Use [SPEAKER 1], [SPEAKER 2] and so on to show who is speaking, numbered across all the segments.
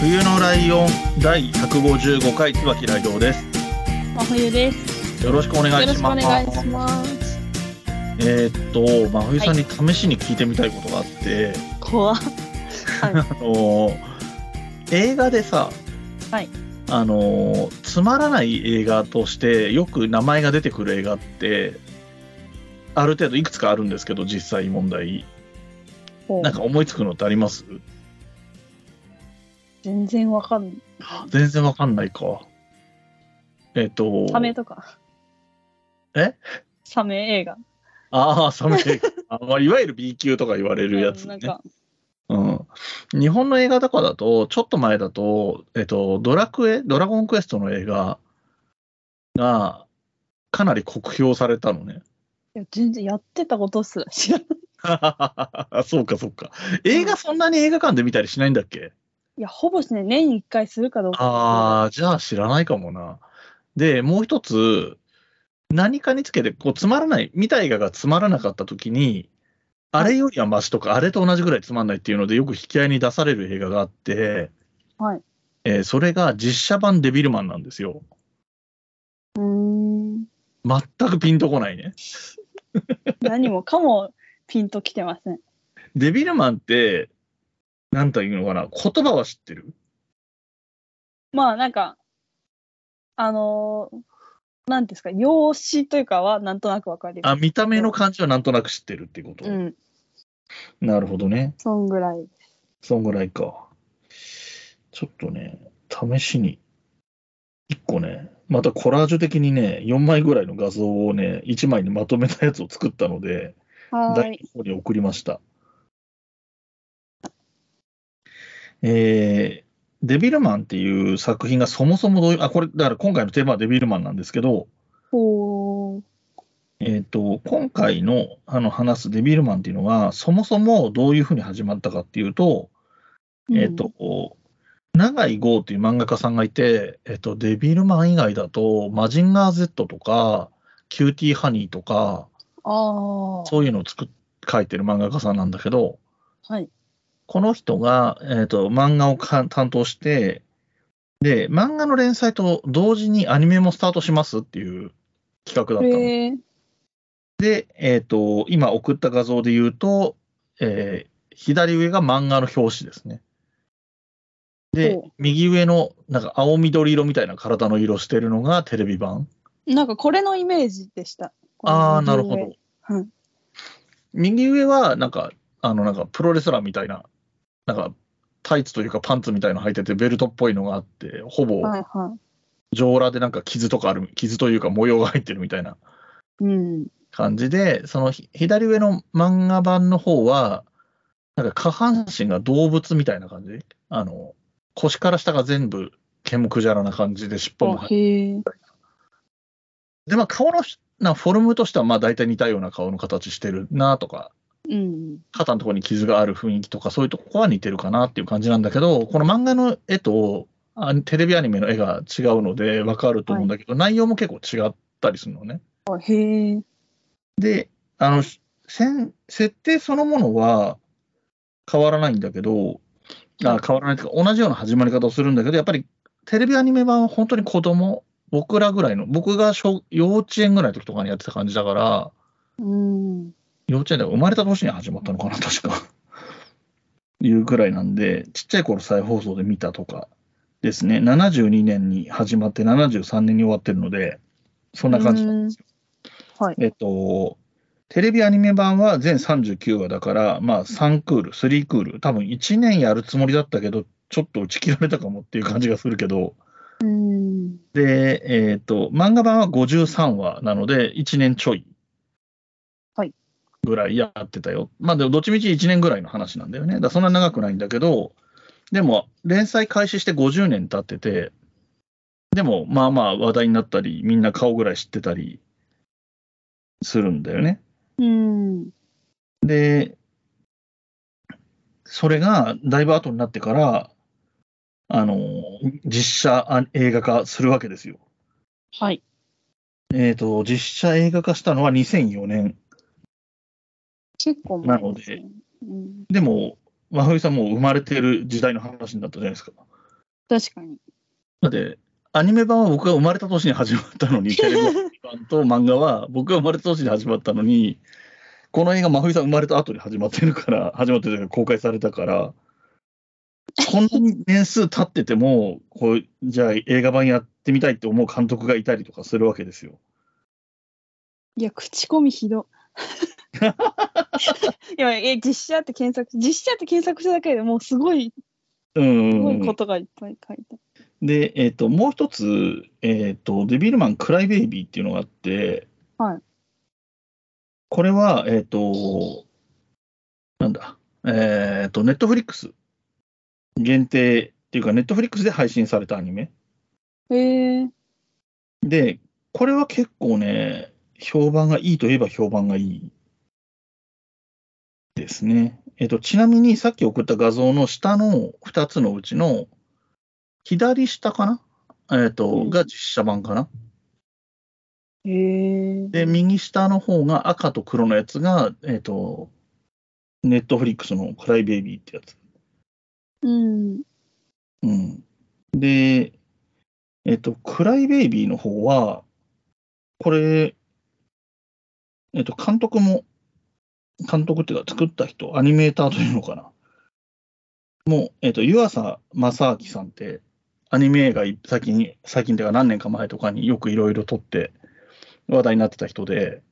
[SPEAKER 1] 冬のライオン第155回椿ライオです。
[SPEAKER 2] 真冬です。
[SPEAKER 1] よろしくお願いします。
[SPEAKER 2] ます。
[SPEAKER 1] えーっと、真冬さんに試しに聞いてみたいことがあって、
[SPEAKER 2] 怖っ。
[SPEAKER 1] あのー映画でさ、
[SPEAKER 2] はい
[SPEAKER 1] あのーつまらない映画としてよく名前が出てくる映画ってある程度いくつかあるんですけど実際問題
[SPEAKER 2] ほう
[SPEAKER 1] なんか思いつくのってあります
[SPEAKER 2] 全然わかんない。
[SPEAKER 1] 全然わかんないかえっ、と
[SPEAKER 2] サメとか。
[SPEAKER 1] え
[SPEAKER 2] サメ映画。
[SPEAKER 1] ああサメ映画あまあいわゆる B 級とか言われるやつ
[SPEAKER 2] なん
[SPEAKER 1] ね
[SPEAKER 2] か、
[SPEAKER 1] うん、日本の映画とかだとちょっと前だと、えっと、ドラクエドラゴンクエストの映画がかなり酷評されたのね
[SPEAKER 2] いや全然やってたことすら知らない。
[SPEAKER 1] そうかそうか映画そんなに映画館で見たりしないんだっけ
[SPEAKER 2] いや、ほぼしね、年に一回するかどうか。
[SPEAKER 1] ああ、じゃあ知らないかもな。で、もう一つ、何かにつけて、こう、つまらない、見た映画がつまらなかったときに、あれよりはマシとか、あれと同じぐらいつまんないっていうので、よく引き合いに出される映画があって、
[SPEAKER 2] はい
[SPEAKER 1] えーそれが実写版デビルマンなんですよ。
[SPEAKER 2] うーん。
[SPEAKER 1] 全くピンとこないね。
[SPEAKER 2] 何もかもピンときてません。
[SPEAKER 1] デビルマンって、なんというのかな、言葉は知ってる
[SPEAKER 2] まあなんか、あのーなんていうんですか、容姿というかはなんとなくわかりま
[SPEAKER 1] あ、
[SPEAKER 2] す。
[SPEAKER 1] 見た目の感じはなんとなく知ってるっていうこと。
[SPEAKER 2] うん、
[SPEAKER 1] なるほどね。
[SPEAKER 2] そんぐらい。
[SPEAKER 1] そんぐらいか。ちょっとね、試しに、一個ね、またコラージュ的にね、4枚ぐらいの画像をね、1枚にまとめたやつを作ったので、
[SPEAKER 2] はー
[SPEAKER 1] 第
[SPEAKER 2] い。
[SPEAKER 1] 一に送りました。えーデビルマンっていう作品がそもそもどういう、あ、これ、だから今回のテーマはデビルマンなんですけど、
[SPEAKER 2] ほう。
[SPEAKER 1] えっ、と、今回のあの話すデビルマンっていうのは、そもそもどういうふうに始まったかっていうと、
[SPEAKER 2] うん
[SPEAKER 1] えっ、と、、永井豪という漫画家さんがいて、えっ、と、デビルマン以外だと、マジンガー Z とか、キューティーハニーとか、
[SPEAKER 2] ああ。
[SPEAKER 1] そういうのを作っ書いてる漫画家さんなんだけど、
[SPEAKER 2] はい。
[SPEAKER 1] この人が、えっ、と、漫画をか担当して、で、漫画の連載と同時にアニメもスタートしますっていう企画だったの。
[SPEAKER 2] へえ。
[SPEAKER 1] で、えっ、と、今送った画像で言うと、えー左上が漫画の表紙ですね。で
[SPEAKER 2] お、
[SPEAKER 1] 右上のなんか青緑色みたいな体の色してるのがテレビ版。
[SPEAKER 2] なんかこれのイメージでした。この
[SPEAKER 1] ああ、なるほ
[SPEAKER 2] 右
[SPEAKER 1] ど。
[SPEAKER 2] 上。はい。
[SPEAKER 1] 右上はなんか、あの、なんかプロレスラーみたいな、なんかタイツというかパンツみたいなの履いててベルトっぽいのがあって、ほぼ
[SPEAKER 2] はいは
[SPEAKER 1] 上裸でなんか傷とかある、傷というか模様が入ってるみたいな。
[SPEAKER 2] い。うん。
[SPEAKER 1] 感じで、そのひ左上の漫画版の方は、なんか下半身が動物みたいな感じ。あの、腰から下が全部毛むくじゃらな感じで尻尾も
[SPEAKER 2] あ
[SPEAKER 1] 入っ
[SPEAKER 2] へえ。
[SPEAKER 1] で、まあ顔のひなフォルムとしてはまあ大体似たような顔の形してるなとか、
[SPEAKER 2] うん。
[SPEAKER 1] 肩のところに傷がある雰囲気とかそういうとこは似てるかなっていう感じなんだけど、この漫画の絵とあテレビアニメの絵が違うのでわかると思うんだけど、内容も結構違ったりするのね。
[SPEAKER 2] あへえ。
[SPEAKER 1] で、あの、せん設定そのものは変わらないんだけど、あ変わらないというか、同じような始まり方をするんだけど、やっぱりテレビアニメ版は本当に子供、僕らぐらいの、僕が小幼稚園ぐらいの時とかにやってた感じだから、
[SPEAKER 2] うん。
[SPEAKER 1] 幼稚園で生まれた年に始まったのかな、確か。いうくらいなんで、ちっちゃい頃再放送で見たとかですね、72年に始まって73年に終わってるので、そんな感じなんですよ。
[SPEAKER 2] はい。
[SPEAKER 1] えっと、テレビアニメ版は全39話だから、まあ3クール、3クール、多分1年やるつもりだったけど、ちょっと打ち切られたかもっていう感じがするけど、
[SPEAKER 2] うん。
[SPEAKER 1] で、えっと、漫画版は53話なので、1年ちょい。
[SPEAKER 2] はい。
[SPEAKER 1] ぐらいやってたよ。まあでもどっちみち1年ぐらいの話なんだよね。だからそんな長くないんだけど、でも連載開始して50年経ってて、でもまあまあ話題になったり、みんな顔ぐらい知ってたりするんだよね。
[SPEAKER 2] うん。
[SPEAKER 1] で、それがだいぶ後になってから、あの、実写あ映画化するわけですよ。
[SPEAKER 2] はい。
[SPEAKER 1] えっ、と、実写映画化したのは2004年。
[SPEAKER 2] 結構前ですね、うん。
[SPEAKER 1] でも、真冬さんもう生まれてる時代の話になったじゃないですか。
[SPEAKER 2] 確かに。
[SPEAKER 1] だって、アニメ版は僕が生まれた年に始まったの に、テレビ版と漫画は僕が生まれた年に始まったのに、この映画、真冬さん生まれた後に始まってるから、始まってるというか公開されたから、こんなに年数経ってても、こうじゃあ映画版やってみたいって思う監督がいたりとかするわけですよ。
[SPEAKER 2] いや、口コミひ ど。いや、え、実写って検索、実写って検索しただけでもうすごい、
[SPEAKER 1] う
[SPEAKER 2] す
[SPEAKER 1] ん
[SPEAKER 2] ご
[SPEAKER 1] う
[SPEAKER 2] い
[SPEAKER 1] んう
[SPEAKER 2] こ
[SPEAKER 1] ん。
[SPEAKER 2] とがいっぱい書いてある。
[SPEAKER 1] で、えっ、と、もう一つ、えっ、と、デビルマン・クライベイビーっていうのがあって、
[SPEAKER 2] はい
[SPEAKER 1] これは、えっ、と、なんだ、えっ、と、ネットフリックス限定っていうか、ネットフリックスで配信されたアニメ。
[SPEAKER 2] へえ
[SPEAKER 1] で、これは結構ね、評判がいいといえば評判がいいですね。えっと、ちなみにさっき送った画像の下の2つのうちの左下かなえっと
[SPEAKER 2] う、ん
[SPEAKER 1] が実写版かな
[SPEAKER 2] へえ
[SPEAKER 1] で、右下の方が赤と黒のやつが、えっと、ネットフリックスのクライベイビーってやつ。
[SPEAKER 2] うん。
[SPEAKER 1] うん。で、えっと、クライベイビーの方は、これ、えっと、監督も、監督っていうか作った人、アニメーターというのかな。もう、えっと、湯浅正明さんって、アニメ映画い最近、最近というか何年か前とかによくいろいろ撮って話題になってた人で、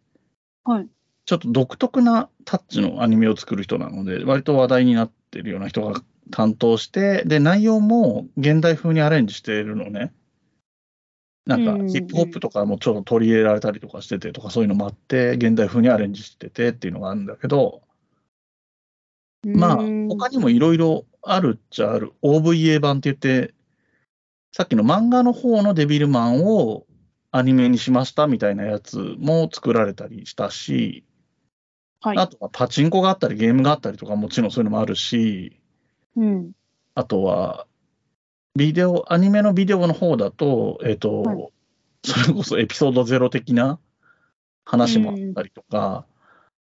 [SPEAKER 2] はい。
[SPEAKER 1] ちょっと独特なタッチのアニメを作る人なので、割と話題になってるような人が担当して、で、内容も現代風にアレンジしているのね。なんか
[SPEAKER 2] うん、
[SPEAKER 1] ヒップホップとかもちょっと取り入れられたりとかしててとか、そういうのもあって、現代風にアレンジしててっていうのがあるんだけど、まあ、
[SPEAKER 2] うん
[SPEAKER 1] 他にもいろいろあるっちゃある。OVA 版って言って、さっきの漫画の方のデビルマンをアニメにしましたみたいなやつも作られたりしたし、
[SPEAKER 2] はい。
[SPEAKER 1] あとはパチンコがあったり、ゲームがあったりとか、もちろんそういうのもあるし、
[SPEAKER 2] うん。
[SPEAKER 1] あとは、ビデオ、アニメのビデオの方だと、えっ、と、
[SPEAKER 2] はい
[SPEAKER 1] それこそエピソードゼロ的な話もあったりとか、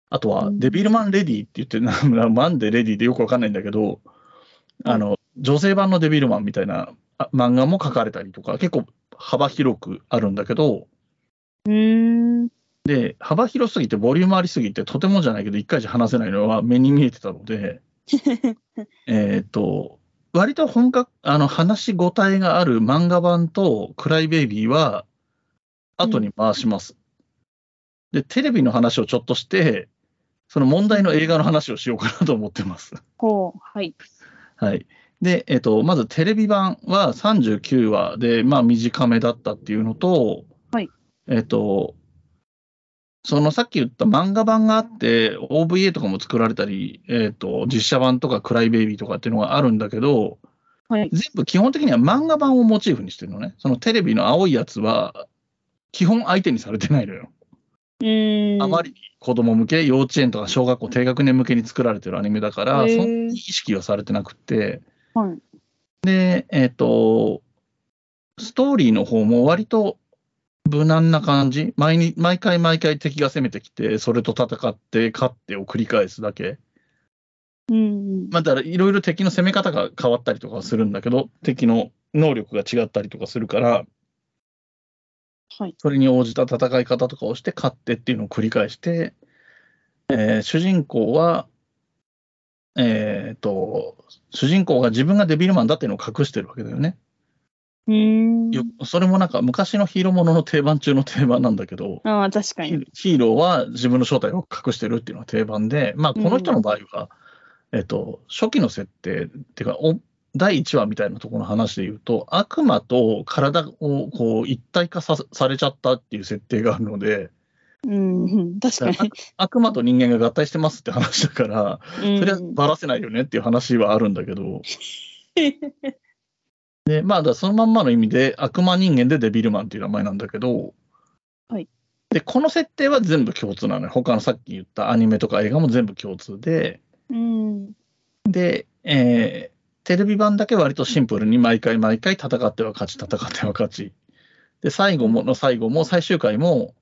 [SPEAKER 1] あとは、
[SPEAKER 2] うん
[SPEAKER 1] デビルマンレディって言って、 なんかマンでレディでよくわかんないんだけど、あの、女性版のデビルマンみたいなあ漫画も書かれたりとか、結構幅広くあるんだけど、
[SPEAKER 2] うーん。
[SPEAKER 1] で、幅広すぎて、ボリュームありすぎて、とてもじゃないけど、一回じゃ話せないのは目に見えてたので、えっと、割と本格、あの、話しごたえがある漫画版と、クライベイビーは、後に回します。で、テレビの話をちょっとして、その問題の映画の話をしようかなと思ってます。
[SPEAKER 2] ほう。はい。
[SPEAKER 1] はい。で、えっと、まずテレビ版は39話で、まあ短めだったっていうのと、
[SPEAKER 2] はい
[SPEAKER 1] えっと、そのさっき言った漫画版があって、OVA とかも作られたり、えっと、実写版とかクライベイビーとかっていうのがあるんだけど、
[SPEAKER 2] はい。
[SPEAKER 1] 全部基本的には漫画版をモチーフにしてるのね。そのテレビの青いやつは、基本相手にされてないのよ。
[SPEAKER 2] うーん。
[SPEAKER 1] あまりに子供向け、幼稚園とか小学校低学年向けに作られてるアニメだから、
[SPEAKER 2] へー
[SPEAKER 1] そんなに意識はされてなくて、
[SPEAKER 2] はい。
[SPEAKER 1] で、えっ、と、ストーリーの方も割と無難な感じ。毎に毎回毎回敵が攻めてきて、それと戦って、勝ってを繰り返すだけ。
[SPEAKER 2] うんうん。
[SPEAKER 1] まあ、だからいろいろ敵の攻め方が変わったりとかはするんだけど、敵の能力が違ったりとかするから、
[SPEAKER 2] はい。
[SPEAKER 1] それに応じた戦い方とかをして勝ってっていうのを繰り返して、えー主人公は、えっ、と、主人公が自分がデビルマンだっていうのを隠してるわけだよね。
[SPEAKER 2] うーん。
[SPEAKER 1] よそれもなんか昔のヒーローものの定番中の定番なんだけど、
[SPEAKER 2] ああ、確か
[SPEAKER 1] ヒ
[SPEAKER 2] に。
[SPEAKER 1] ーヒーローは自分の正体を隠してるっていうのが定番で、まあ、この人の場合は、えっと、初期の設定っていうかお第1話みたいなところの話で言うと悪魔と体をこう一体化さされちゃったっていう設定があるので
[SPEAKER 2] うんうん、確かに。
[SPEAKER 1] 悪魔と人間が合体してますって話だから、 それは
[SPEAKER 2] うん
[SPEAKER 1] ばらせないよねっていう話はあるんだけど、でまあ、だからそのまんまの意味で、悪魔人間でデビルマンっていう名前なんだけど、
[SPEAKER 2] はい
[SPEAKER 1] でこの設定は全部共通なのよ。他のさっき言ったアニメとか映画も全部共通で、
[SPEAKER 2] うん。
[SPEAKER 1] で、えーテレビ版だけ割とシンプルに毎回毎回戦っては勝ち、戦っては勝ち。で、最後もの最後も最終回も、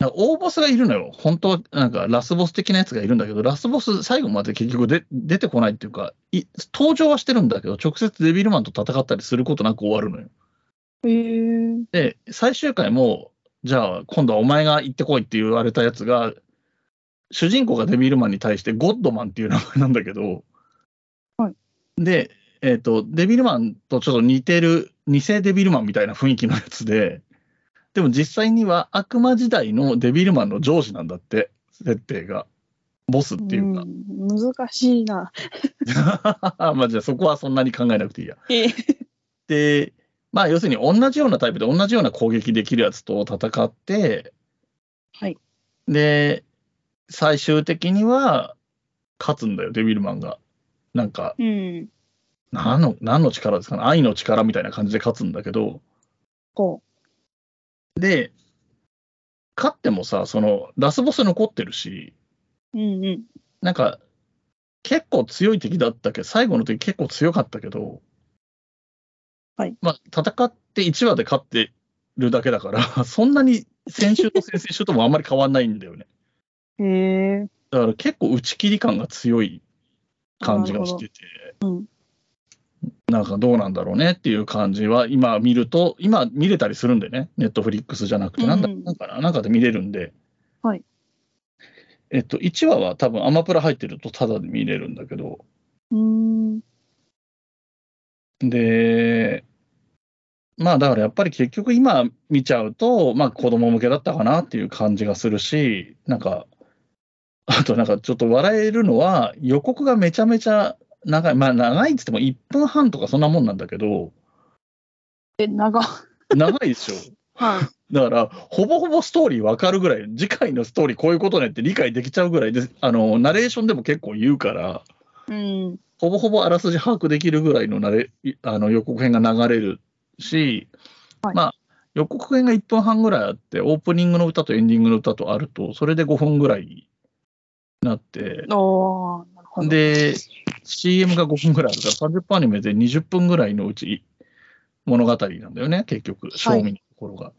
[SPEAKER 1] なんか大ボスがいるのよ。本当は、なんかラスボス的なやつがいるんだけど、ラスボス最後まで結局で出てこないっていうかい登場はしてるんだけど、直接デビルマンと戦ったりすることなく終わるのよ。
[SPEAKER 2] へえ。
[SPEAKER 1] で、最終回も、じゃあ今度はお前が行ってこいって言われたやつが、主人公がデビルマンに対してゴッドマンっていう名前なんだけど、
[SPEAKER 2] はい
[SPEAKER 1] で、えっ、と、デビルマンとちょっと似てる、偽デビルマンみたいな雰囲気のやつで、でも実際には悪魔時代のデビルマンの上司なんだって、設定が。ボスっていうか。
[SPEAKER 2] うん難しいな。
[SPEAKER 1] まあじゃあそこはそんなに考えなくていいや。
[SPEAKER 2] え
[SPEAKER 1] で、まあ、要するに同じようなタイプで同じような攻撃できるやつと戦って、
[SPEAKER 2] はい
[SPEAKER 1] で、最終的には勝つんだよ、デビルマンが。なんか、
[SPEAKER 2] うん。
[SPEAKER 1] 何の、何の力ですかね、愛の力みたいな感じで勝つんだけど、
[SPEAKER 2] こ
[SPEAKER 1] で、勝ってもさ、その、ラスボス残ってるし、
[SPEAKER 2] う。うんうん。
[SPEAKER 1] なんか、結構強い敵だったけど、最後の敵結構強かったけど、
[SPEAKER 2] はい
[SPEAKER 1] まあ、戦って1話で勝ってるだけだから、 そんなに先週と先々週ともあんまり変わんないんだよね。
[SPEAKER 2] へえ。
[SPEAKER 1] だから結構打ち切り感が強い感じがしてて、
[SPEAKER 2] なるほど
[SPEAKER 1] なんかどうなんだろうねっていう感じは、今見ると、今見れたりするんでね、ネットフリックスじゃなくて、
[SPEAKER 2] うん
[SPEAKER 1] なんだなんかな、なんかで見れるんで。
[SPEAKER 2] はい
[SPEAKER 1] えっと、1話は多分アマプラ入ってるとタダで見れるんだけど、
[SPEAKER 2] うん。
[SPEAKER 1] で、まあだからやっぱり結局今見ちゃうと、まあ子供向けだったかなっていう感じがするし、なんか、あとなんかちょっと笑えるのは予告がめちゃめちゃ長い、まあ長いっつっても1分半とかそんなもんなんだけど、
[SPEAKER 2] え、長。
[SPEAKER 1] 長いでしょ。
[SPEAKER 2] はい。
[SPEAKER 1] だから、ほぼほぼストーリーわかるぐらい、次回のストーリーこういうことねって理解できちゃうぐらいで、あの、ナレーションでも結構言うから、
[SPEAKER 2] うん。
[SPEAKER 1] ほぼほぼあらすじ把握できるぐらいのなれあの予告編が流れるし、
[SPEAKER 2] はい
[SPEAKER 1] まあ、予告編が1分半ぐらいあって、オープニングの歌とエンディングの歌とあると、それで5分ぐらいになって、
[SPEAKER 2] おー、なるほど。
[SPEAKER 1] で、CM が5分ぐらいあるから、30分アニメで20分ぐらいのうち物語なんだよね、結局、正味のところが。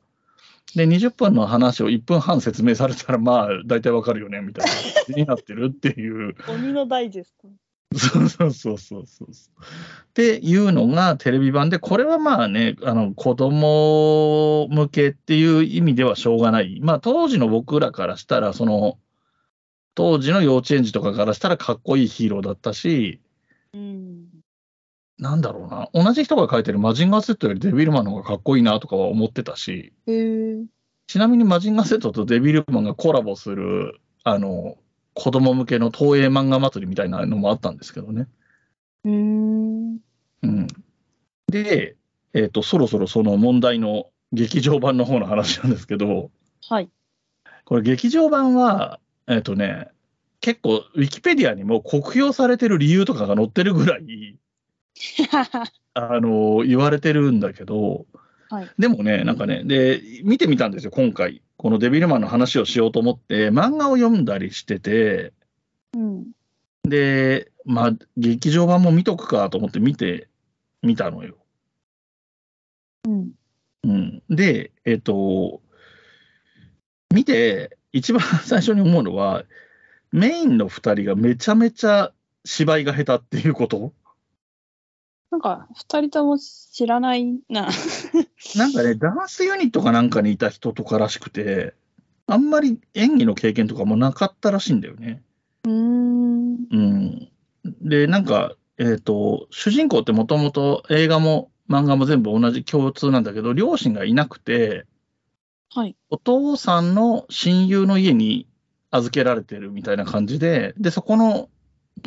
[SPEAKER 1] で、20分の話を1分半説明されたら、まあ、大体わかるよね、みたいな感じになってるっていう。
[SPEAKER 2] 鬼のダイジェスト。
[SPEAKER 1] そうそうそうそうそう。っていうのがテレビ版で、これはまあね、あの子供向けっていう意味ではしょうがない。まあ当時の僕らからしたら、その当時の幼稚園児とかからしたらかっこいいヒーローだったし、
[SPEAKER 2] うん。
[SPEAKER 1] なんだろうな、同じ人が書いてるマジンガー Z よりデビルマンの方がかっこいいなとかは思ってたし、
[SPEAKER 2] へえ。
[SPEAKER 1] ちなみにマジンガー Z とデビルマンがコラボする、あの、子供向けの東映漫画祭りみたいなのもあったんですけどね。
[SPEAKER 2] うん。
[SPEAKER 1] うんで、えっとそろそろその問題の劇場版の方の話なんですけど、
[SPEAKER 2] はい。
[SPEAKER 1] これ劇場版は、えっ、とね、結構ウィキペディアにも酷評されてる理由とかが載ってるぐらい、あの言われてるんだけど、
[SPEAKER 2] はい
[SPEAKER 1] でもね、なんかね、で、見てみたんですよ、今回。このデビルマンの話をしようと思って、漫画を読んだりしてて、
[SPEAKER 2] うん。
[SPEAKER 1] で、まあ、劇場版も見とくかと思って見てみたのよ。
[SPEAKER 2] うん。
[SPEAKER 1] うん、で、えっ、と、見て、一番 最初に思うのは、メインの2人がめちゃめちゃ芝居が下手っていうこと
[SPEAKER 2] なんか、二人とも知らないな。
[SPEAKER 1] なんかね、ダンスユニットかなんかにいた人とからしくて、あんまり演技の経験とかもなかったらしいんだよね。
[SPEAKER 2] うん。
[SPEAKER 1] うん、で、なんか、えっ、と、主人公ってもともと映画も漫画も全部同じ共通なんだけど、両親がいなくて、
[SPEAKER 2] はい。
[SPEAKER 1] お父さんの親友の家に預けられてるみたいな感じで、で、そこの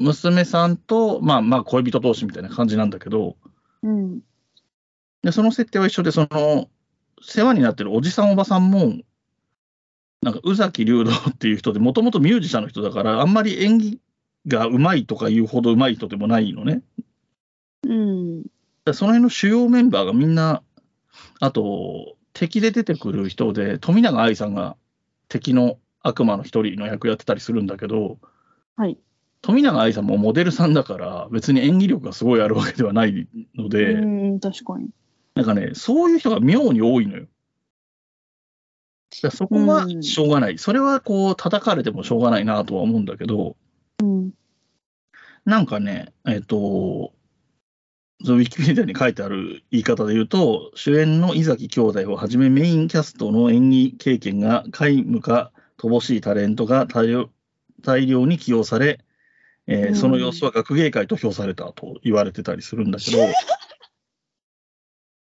[SPEAKER 1] 娘さんと、まあまあ恋人同士みたいな感じなんだけど、
[SPEAKER 2] うん。
[SPEAKER 1] で、その設定は一緒で、その、世話になってるおじさんおばさんも、なんか宇崎竜道っていう人で、もともとミュージシャンの人だから、あんまり演技が上手いとかいうほど上手い人でもないのね。
[SPEAKER 2] うん。
[SPEAKER 1] だからその辺の主要メンバーがみんな、あと、敵で出てくる人で、富永愛さんが敵の悪魔の一人の役やってたりするんだけど、
[SPEAKER 2] はい
[SPEAKER 1] 富永愛さんもモデルさんだから、別に演技力がすごいあるわけではないので、
[SPEAKER 2] うん、確かに。
[SPEAKER 1] なんかね、そういう人が妙に多いのよ。だからそこは
[SPEAKER 2] うん
[SPEAKER 1] しょうがない、それはこう叩かれてもしょうがないなとは思うんだけど、
[SPEAKER 2] うん。
[SPEAKER 1] なんかね、えっ、と、そのウィキペディアに書いてある言い方で言うと、主演の井崎兄弟をはじめメインキャストの演技経験が皆無か乏しいタレントが大量大量に起用され、えー
[SPEAKER 2] うん
[SPEAKER 1] その様子は学芸会と評されたと言われてたりするんだけど、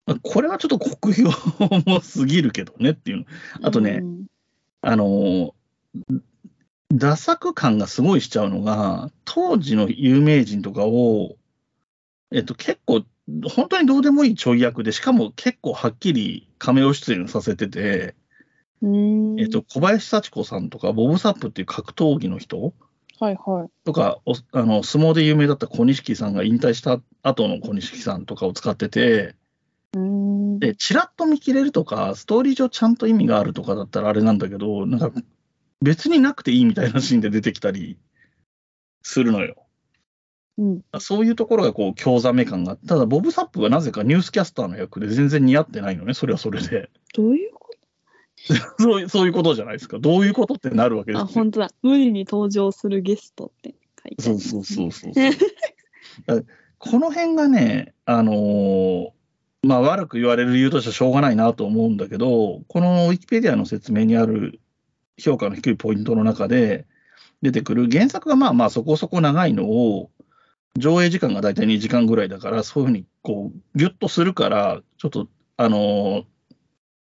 [SPEAKER 1] まあこれはちょっと酷評もすぎるけどねっていう。あとね、
[SPEAKER 2] うん
[SPEAKER 1] あのー、ダ作感がすごいしちゃうのが、当時の有名人とかを、えっと、結構、本当にどうでもいいちょい役で、しかも結構はっきり亀を出演させてて、
[SPEAKER 2] うん。
[SPEAKER 1] えっと、、小林幸子さんとか、ボブ・サップっていう格闘技の人
[SPEAKER 2] はいはい。
[SPEAKER 1] とか、おあの相撲で有名だった小錦さんが引退した後の小錦さんとかを使ってて、
[SPEAKER 2] うん。
[SPEAKER 1] で、ちらっと見切れるとか、ストーリー上ちゃんと意味があるとかだったらあれなんだけど、なんか別になくていいみたいなシーンで出てきたりするのよ。
[SPEAKER 2] うん。
[SPEAKER 1] そういうところがこう、興ざめ感があってただ、ボブ・サップがなぜかニュースキャスターの役で全然似合ってないのね、それはそれで。
[SPEAKER 2] どういうこ
[SPEAKER 1] そういうそういうことじゃないですか。どういうことってなるわけ
[SPEAKER 2] と
[SPEAKER 1] で
[SPEAKER 2] あ、
[SPEAKER 1] すよ。
[SPEAKER 2] 本当だ。無理に登場するゲストって書いてあ
[SPEAKER 1] そ
[SPEAKER 2] る
[SPEAKER 1] うそうそうそうそう。この辺がね、あのーまあ、悪く言われる理由としてはしょうがないなと思うんだけど、このウィキペディアの説明にある評価の低いポイントの中で出てくる原作がまあまあそこそこ長いのを、上映時間が大体2時間ぐらいだから、そういうふうにこうギュッとするから、ちょっと、あのー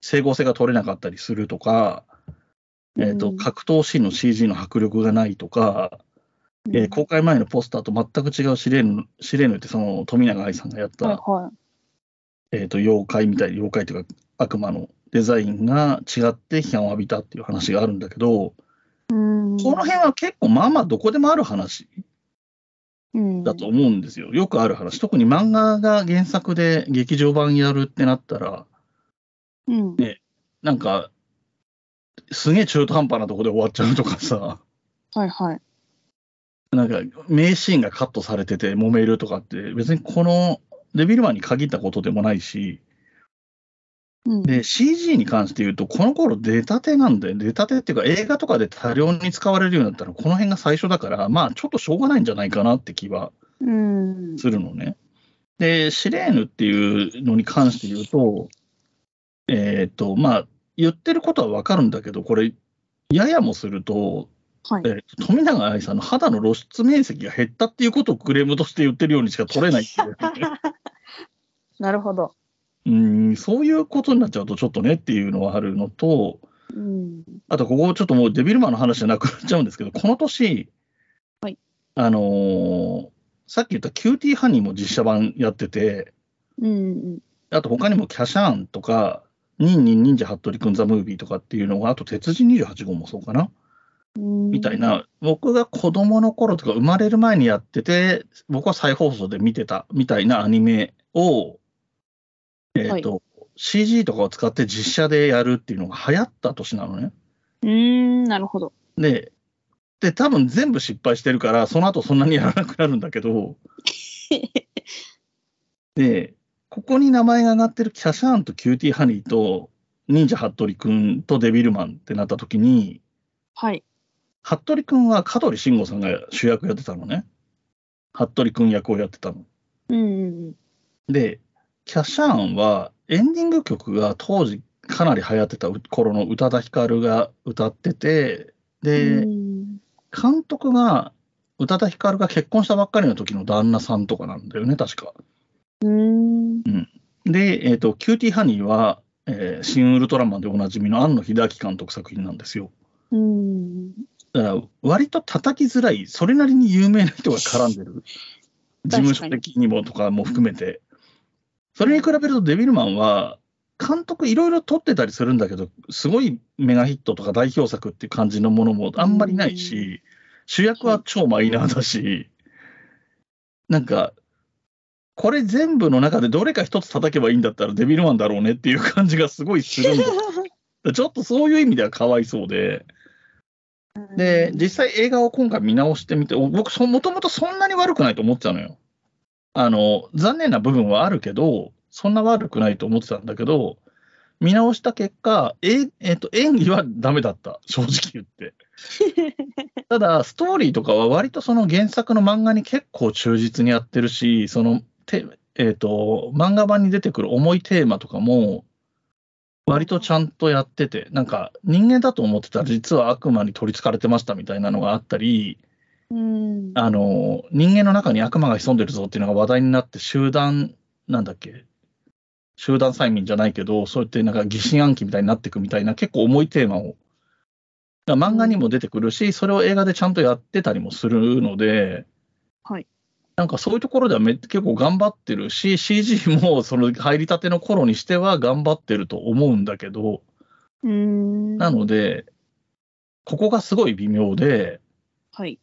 [SPEAKER 1] 整合性が取れなかったりするとか、えー
[SPEAKER 2] う
[SPEAKER 1] と
[SPEAKER 2] ん
[SPEAKER 1] 格闘シーンの CG の迫力がないとか、えー公開前のポスターと全く違うシレーヌ、シレーヌってその富永愛さんがやった、
[SPEAKER 2] はいは
[SPEAKER 1] えー、と妖怪みたい、妖怪というか悪魔のデザインが違って批判を浴びたっていう話があるんだけど、
[SPEAKER 2] い。うん。
[SPEAKER 1] この辺は結構まあまあどこでもある話
[SPEAKER 2] 辺
[SPEAKER 1] だと思うんですよ。よくある話。特に漫画が原作で劇場版やるってなったら、
[SPEAKER 2] うん。
[SPEAKER 1] ねなんか、すげえ中途半端なとこで終わっちゃうとかさ、
[SPEAKER 2] はいはい。
[SPEAKER 1] なんか、名シーンがカットされてて揉めるとかって、別にこのデビルマンに限ったことでもないし、
[SPEAKER 2] うん。
[SPEAKER 1] で、CG に関して言うと、この頃出たてなんで、出たてっていうか映画とかで多量に使われるようになったら、この辺が最初だから、まあちょっとしょうがないんじゃないかなって気は
[SPEAKER 2] うん。
[SPEAKER 1] するのね。で、シレーヌっていうのに関して言うと、えっ、と、まあ、言ってることはわかるんだけど、これ、ややもすると、
[SPEAKER 2] はい
[SPEAKER 1] え。ー富永愛さんの肌の露出面積が減ったっていうことをクレームとして言ってるようにしか取れないっていう
[SPEAKER 2] なるほど。
[SPEAKER 1] うんそういうことになっちゃうとちょっとねっていうのはあるのと、
[SPEAKER 2] うん。
[SPEAKER 1] あとここちょっともうデビルマンの話じゃなくなっちゃうんですけど、この年、
[SPEAKER 2] はい
[SPEAKER 1] あのーさっき言ったキューティーハニーも実写版やってて、
[SPEAKER 2] うん。
[SPEAKER 1] あと他にもキャシャーンとか、ニンニン忍者ハットリくんザムービーとかっていうのが、あと鉄人28号もそうかな。み
[SPEAKER 2] み
[SPEAKER 1] たい。な、僕が子供の頃とか生まれる前にやってて、僕は再放送で見てたみたいなアニメを、えっ、と、CG とかを使って実写でやるっていうのが流行った年なのね。
[SPEAKER 2] うーん、なるほ ど。
[SPEAKER 1] で、で、多分全部失敗してるから、その後そんなにやらなくなるんだけど、で、ここに名前が挙がってるキャシャーンとキューティーハニーと、忍者ハットリくんとデビルマンってなった時に、
[SPEAKER 2] はい。
[SPEAKER 1] 服部君は香取慎吾さんが主役やってたのね。服部君役をやってたの。
[SPEAKER 2] うんうん
[SPEAKER 1] で、キャシャーンはエンディング曲が当時かなり流行ってた頃の宇多田ヒカルが歌ってて、
[SPEAKER 2] う
[SPEAKER 1] で、
[SPEAKER 2] ん。
[SPEAKER 1] 監督が宇多田ヒカルが結婚したばっかりの時の旦那さんとかなんだよね、確か。
[SPEAKER 2] うーん。
[SPEAKER 1] で、えっ、と、キューティーハニーは、えー新ウルトラマンでおなじみの庵野秀明監督作品なんですよ。
[SPEAKER 2] うん。
[SPEAKER 1] だから割と叩きづらい、それなりに有名な人が絡んでる、事務所的にもとかも含めて、それに比べるとデビルマンは、監督いろいろ撮ってたりするんだけど、すごいメガヒットとか代表作っていう感じのものもあんまりないし、主役は超マイナーだし、なんか、これ全部の中でどれか一つ叩けばいいんだったらデビルマンだろうねっていう感じがすごいするんだちょっとそういう意味ではかわいそうで。で、実際映画を今回見直してみて、お僕そ、もともとそんなに悪くないと思ってたのよ。あの、残念な部分はあるけど、そんな悪くないと思ってたんだけど、見直した結果、ええっと、演技はダメだった、正直言って。ただ、ストーリーとかは割とその原作の漫画に結構忠実にやってるし、その、てえっと、漫画版に出てくる重いテーマとかも、割とちゃんとやってて、なんか人間だと思ってたら実は悪魔に取り憑かれてましたみたいなのがあったり、
[SPEAKER 2] うん。
[SPEAKER 1] あの、人間の中に悪魔が潜んでるぞっていうのが話題になって、集団、なんだっけ、集団催眠じゃないけど、そうやってなんか疑心暗鬼みたいになっていくみたいな、結構重いテーマを、だから漫画にも出てくるし、それを映画でちゃんとやってたりもするので、
[SPEAKER 2] はい
[SPEAKER 1] なんかそういうところではめ結構頑張ってるし、CG もその入りたての頃にしては頑張ってると思うんだけど、
[SPEAKER 2] うん。
[SPEAKER 1] なので、ここがすごい微妙で、
[SPEAKER 2] はい。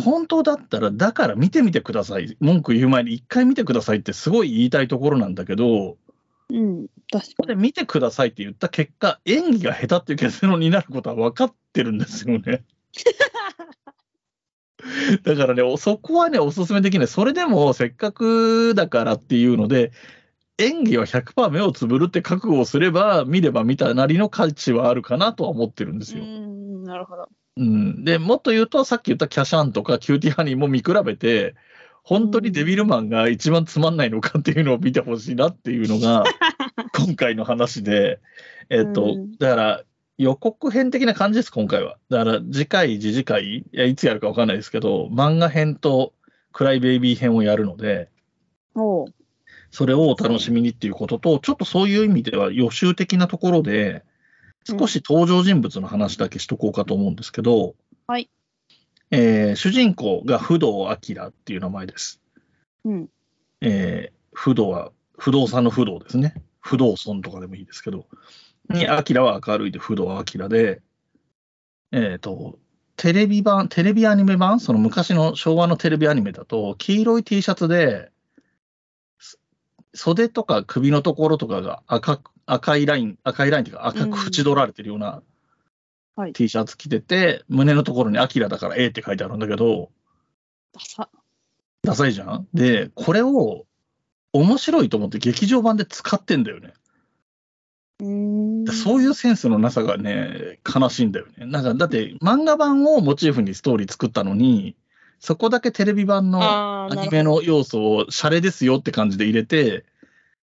[SPEAKER 1] 本当だったら、だから見てみてください、文句言う前に一回見てくださいってすごい言いたいところなんだけど、
[SPEAKER 2] うん。確
[SPEAKER 1] こ
[SPEAKER 2] か
[SPEAKER 1] れ見てくださいって言った結果、演技が下手っていう結論になることは分かってるんですよね。だからね、そこはね、おすすめできない。それでも、せっかくだからっていうので、演技は100%目をつぶるって覚悟をすれば、見れば見たなりの価値はあるかなとは思ってるんです
[SPEAKER 2] に。
[SPEAKER 1] よ
[SPEAKER 2] う。ん。なるほど。
[SPEAKER 1] うん、でもっと言うと、さっき言ったキャシャンとかキューティーハニーも見比べて、本当にデビルマンが一番つまんないのかっていうのを見てほしいなっていうの が、今回の話で、えっ、と、
[SPEAKER 2] うん
[SPEAKER 1] だから予告編的な感じです、今回は。だから次回、次々回、いやいつやるかわかんないですけど、漫画編とクライベイビー編をやるので、
[SPEAKER 2] おう。
[SPEAKER 1] それをお楽しみにっていうことと、ちょっとそういう意味では予習的なところで、少し登場人物の話だけしとこうかと思うんですけど、
[SPEAKER 2] はい
[SPEAKER 1] えー主人公が不動明っていう名前です。
[SPEAKER 2] うん。
[SPEAKER 1] えー不動は、不動産の不動ですね。不動尊とかでもいいですけど、に、明は明るいで不動明で、えっ、と、テレビ版、テレビアニメ版、その昔の昭和のテレビアニメだと、黄色い T シャツで、袖とか首のところとかが赤く赤いライン、赤いラインというか赤く縁取られてるような
[SPEAKER 2] はい
[SPEAKER 1] T シャツ着てて、胸のところにアキラだから A って書いてあるんだけど、
[SPEAKER 2] ダサ。
[SPEAKER 1] ダサいじゃんで、これを面白いと思って劇場版で使ってんだよね。
[SPEAKER 2] うん
[SPEAKER 1] で。そういうセンスのなさがね、悲しいんだよね。なんかだって漫画版をモチーフにストーリー作ったのに、そこだけテレビ版の
[SPEAKER 2] あ
[SPEAKER 1] ア
[SPEAKER 2] あ、な
[SPEAKER 1] ニ
[SPEAKER 2] る
[SPEAKER 1] メの要素をシャレですよって感じで入れて、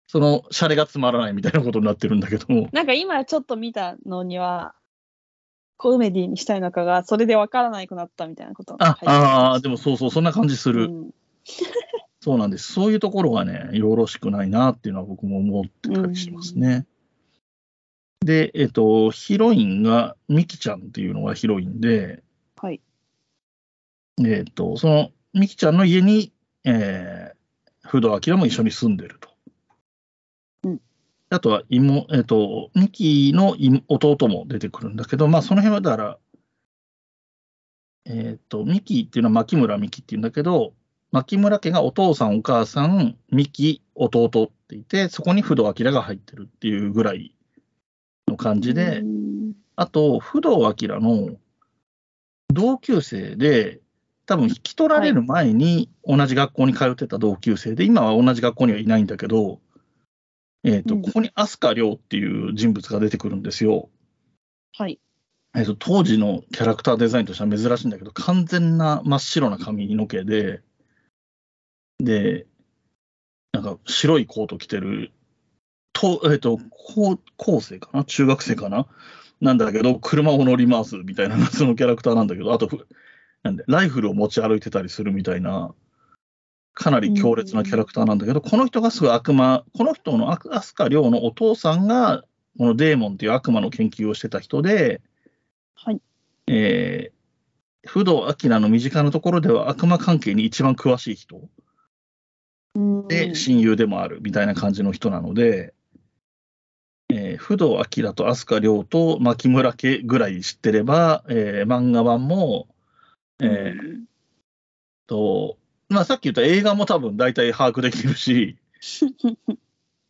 [SPEAKER 1] そのシャレがつまらないみたいなことになってるんだけども、
[SPEAKER 2] なんか今ちょっと見たのには、コメディにしたいのかが、それでわからないくなったみたいなこと。
[SPEAKER 1] あ、ああ、で
[SPEAKER 2] も
[SPEAKER 1] もそうそう、そんな感じする、
[SPEAKER 2] うん
[SPEAKER 1] そうなんです。そういうところがね、よろしくないなっていうのは僕も思ってたりしますね。で、えっと、ヒロインが、ミキちゃんっていうのがヒロインで、
[SPEAKER 2] はい。
[SPEAKER 1] えっと、そのミキちゃんの家に、えー、不動明も一緒に住んでると。
[SPEAKER 2] うん
[SPEAKER 1] あとは妹、えっと、ミキの妹弟も出てくるんだけど、まあ、その辺はだから、えっと、ミキっていうのは牧村ミキっていうんだけど、牧村家がお父さん、お母さん、ミキ、弟っていて、そこに不動明が入ってるっていうぐらいの感じで、
[SPEAKER 2] うん
[SPEAKER 1] あと、不動明の同級生で、多分引き取られる前に同じ学校に通ってた同級生で、今は同じ学校にはいないんだけど、えっと
[SPEAKER 2] うん
[SPEAKER 1] ここに飛鳥涼っていう人物が出てくるんですよ。
[SPEAKER 2] はい。
[SPEAKER 1] えっと当時のキャラクターデザインとしては珍しいんだけど、完全な真っ白な髪の毛で、で、なんか白いコート着てる、とえっと高高生かな中学生かななんだけど、車を乗り回すみたいな、 そのキャラクターなんだけど、あとふ、なんで、ライフルを持ち歩いてたりするみたいな、かなり強烈なキャラクターなんだけど、この人がすごい悪魔、この人の悪飛鳥亮のお父さんが、このデーモンっていう悪魔の研究をしてた人で、
[SPEAKER 2] はい。
[SPEAKER 1] えー、不動明の身近なところでは悪魔関係に一番詳しい人。
[SPEAKER 2] うん
[SPEAKER 1] で、親友でもあるみたいな感じの人なので、えー、不動明と飛鳥亮と牧村家ぐらい知ってれば、えー漫画版も、えー
[SPEAKER 2] うん
[SPEAKER 1] と、まあ、さっき言った映画も多分大体把握できるし、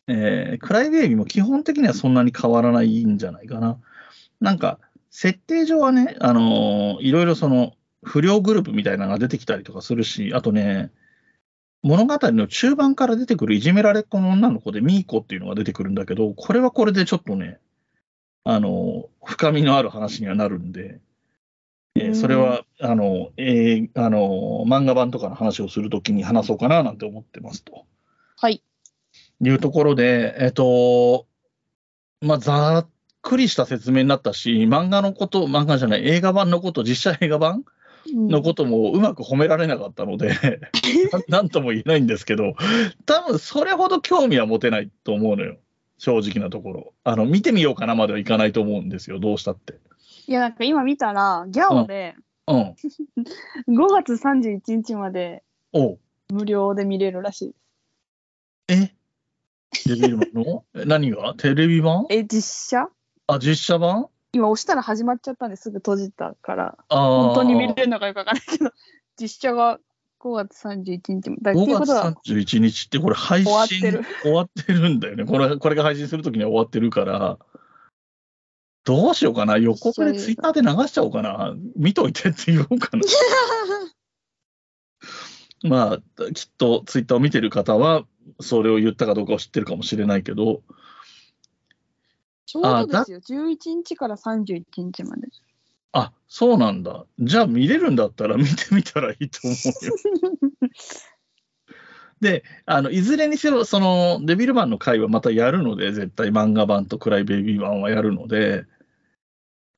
[SPEAKER 1] えー、クライベイビーも基本的にはそんなに変わらないんじゃないかな。なんか、設定上はね、あのーいろいろその、不良グループみたいなのが出てきたりとかするし、あとね、物語の中盤から出てくるいじめられっ子の女の子でミーコっていうのが出てくるんだけど、これはこれでちょっとね、あのー深みのある話にはなるんで、えーそれは、あの、えーあの、漫画版とかの話をするときに話そうかななんて思ってますと。
[SPEAKER 2] はい。
[SPEAKER 1] いうところで、えっと、まあ、ざっくりした説明になったし、漫画のこと、漫画じゃない、映画版のこと、実写映画版のこともうまく褒められなかった ので、ななんとも言えないんですけど、多分それほど興味は持てないと思うのよ。正直なところ。あの、見てみようかなまではいかないと思うんですよ、どうしたって。
[SPEAKER 2] いや、なんか今見たら、ギャオで
[SPEAKER 1] うん。
[SPEAKER 2] 5月31日まで
[SPEAKER 1] おう。
[SPEAKER 2] 無料で見れるらしい。
[SPEAKER 1] えテレビ版の え何がテレビ版
[SPEAKER 2] え、実写
[SPEAKER 1] あ、実写版
[SPEAKER 2] 今押したら始まっちゃったんですぐ閉じたから、
[SPEAKER 1] あー
[SPEAKER 2] 本当に見れるのかよくわからないけど、 実写が5月31日まで。だっていう
[SPEAKER 1] 5
[SPEAKER 2] ことは、
[SPEAKER 1] 月31日ってこれ配
[SPEAKER 2] 終
[SPEAKER 1] 信
[SPEAKER 2] わってる
[SPEAKER 1] 終わってるんだよね。これこれが配信するときには終わってるから、どうしようかな。予告でツイッターで流しちゃおうかな。見といてって言お うかな。まあ、きっとツイッターを見てる方は、それを言ったかどうかを知ってるかもしれないけど、
[SPEAKER 2] ちょうどですよ、11日から31日まで。
[SPEAKER 1] あ、そうなんだ。じゃあ見れるんだったら見てみたらいいと思うよ。で、あの、いずれにせよ、その、デビルマンの回はまたやるので、絶対漫画版とクライベイビー版はやるので、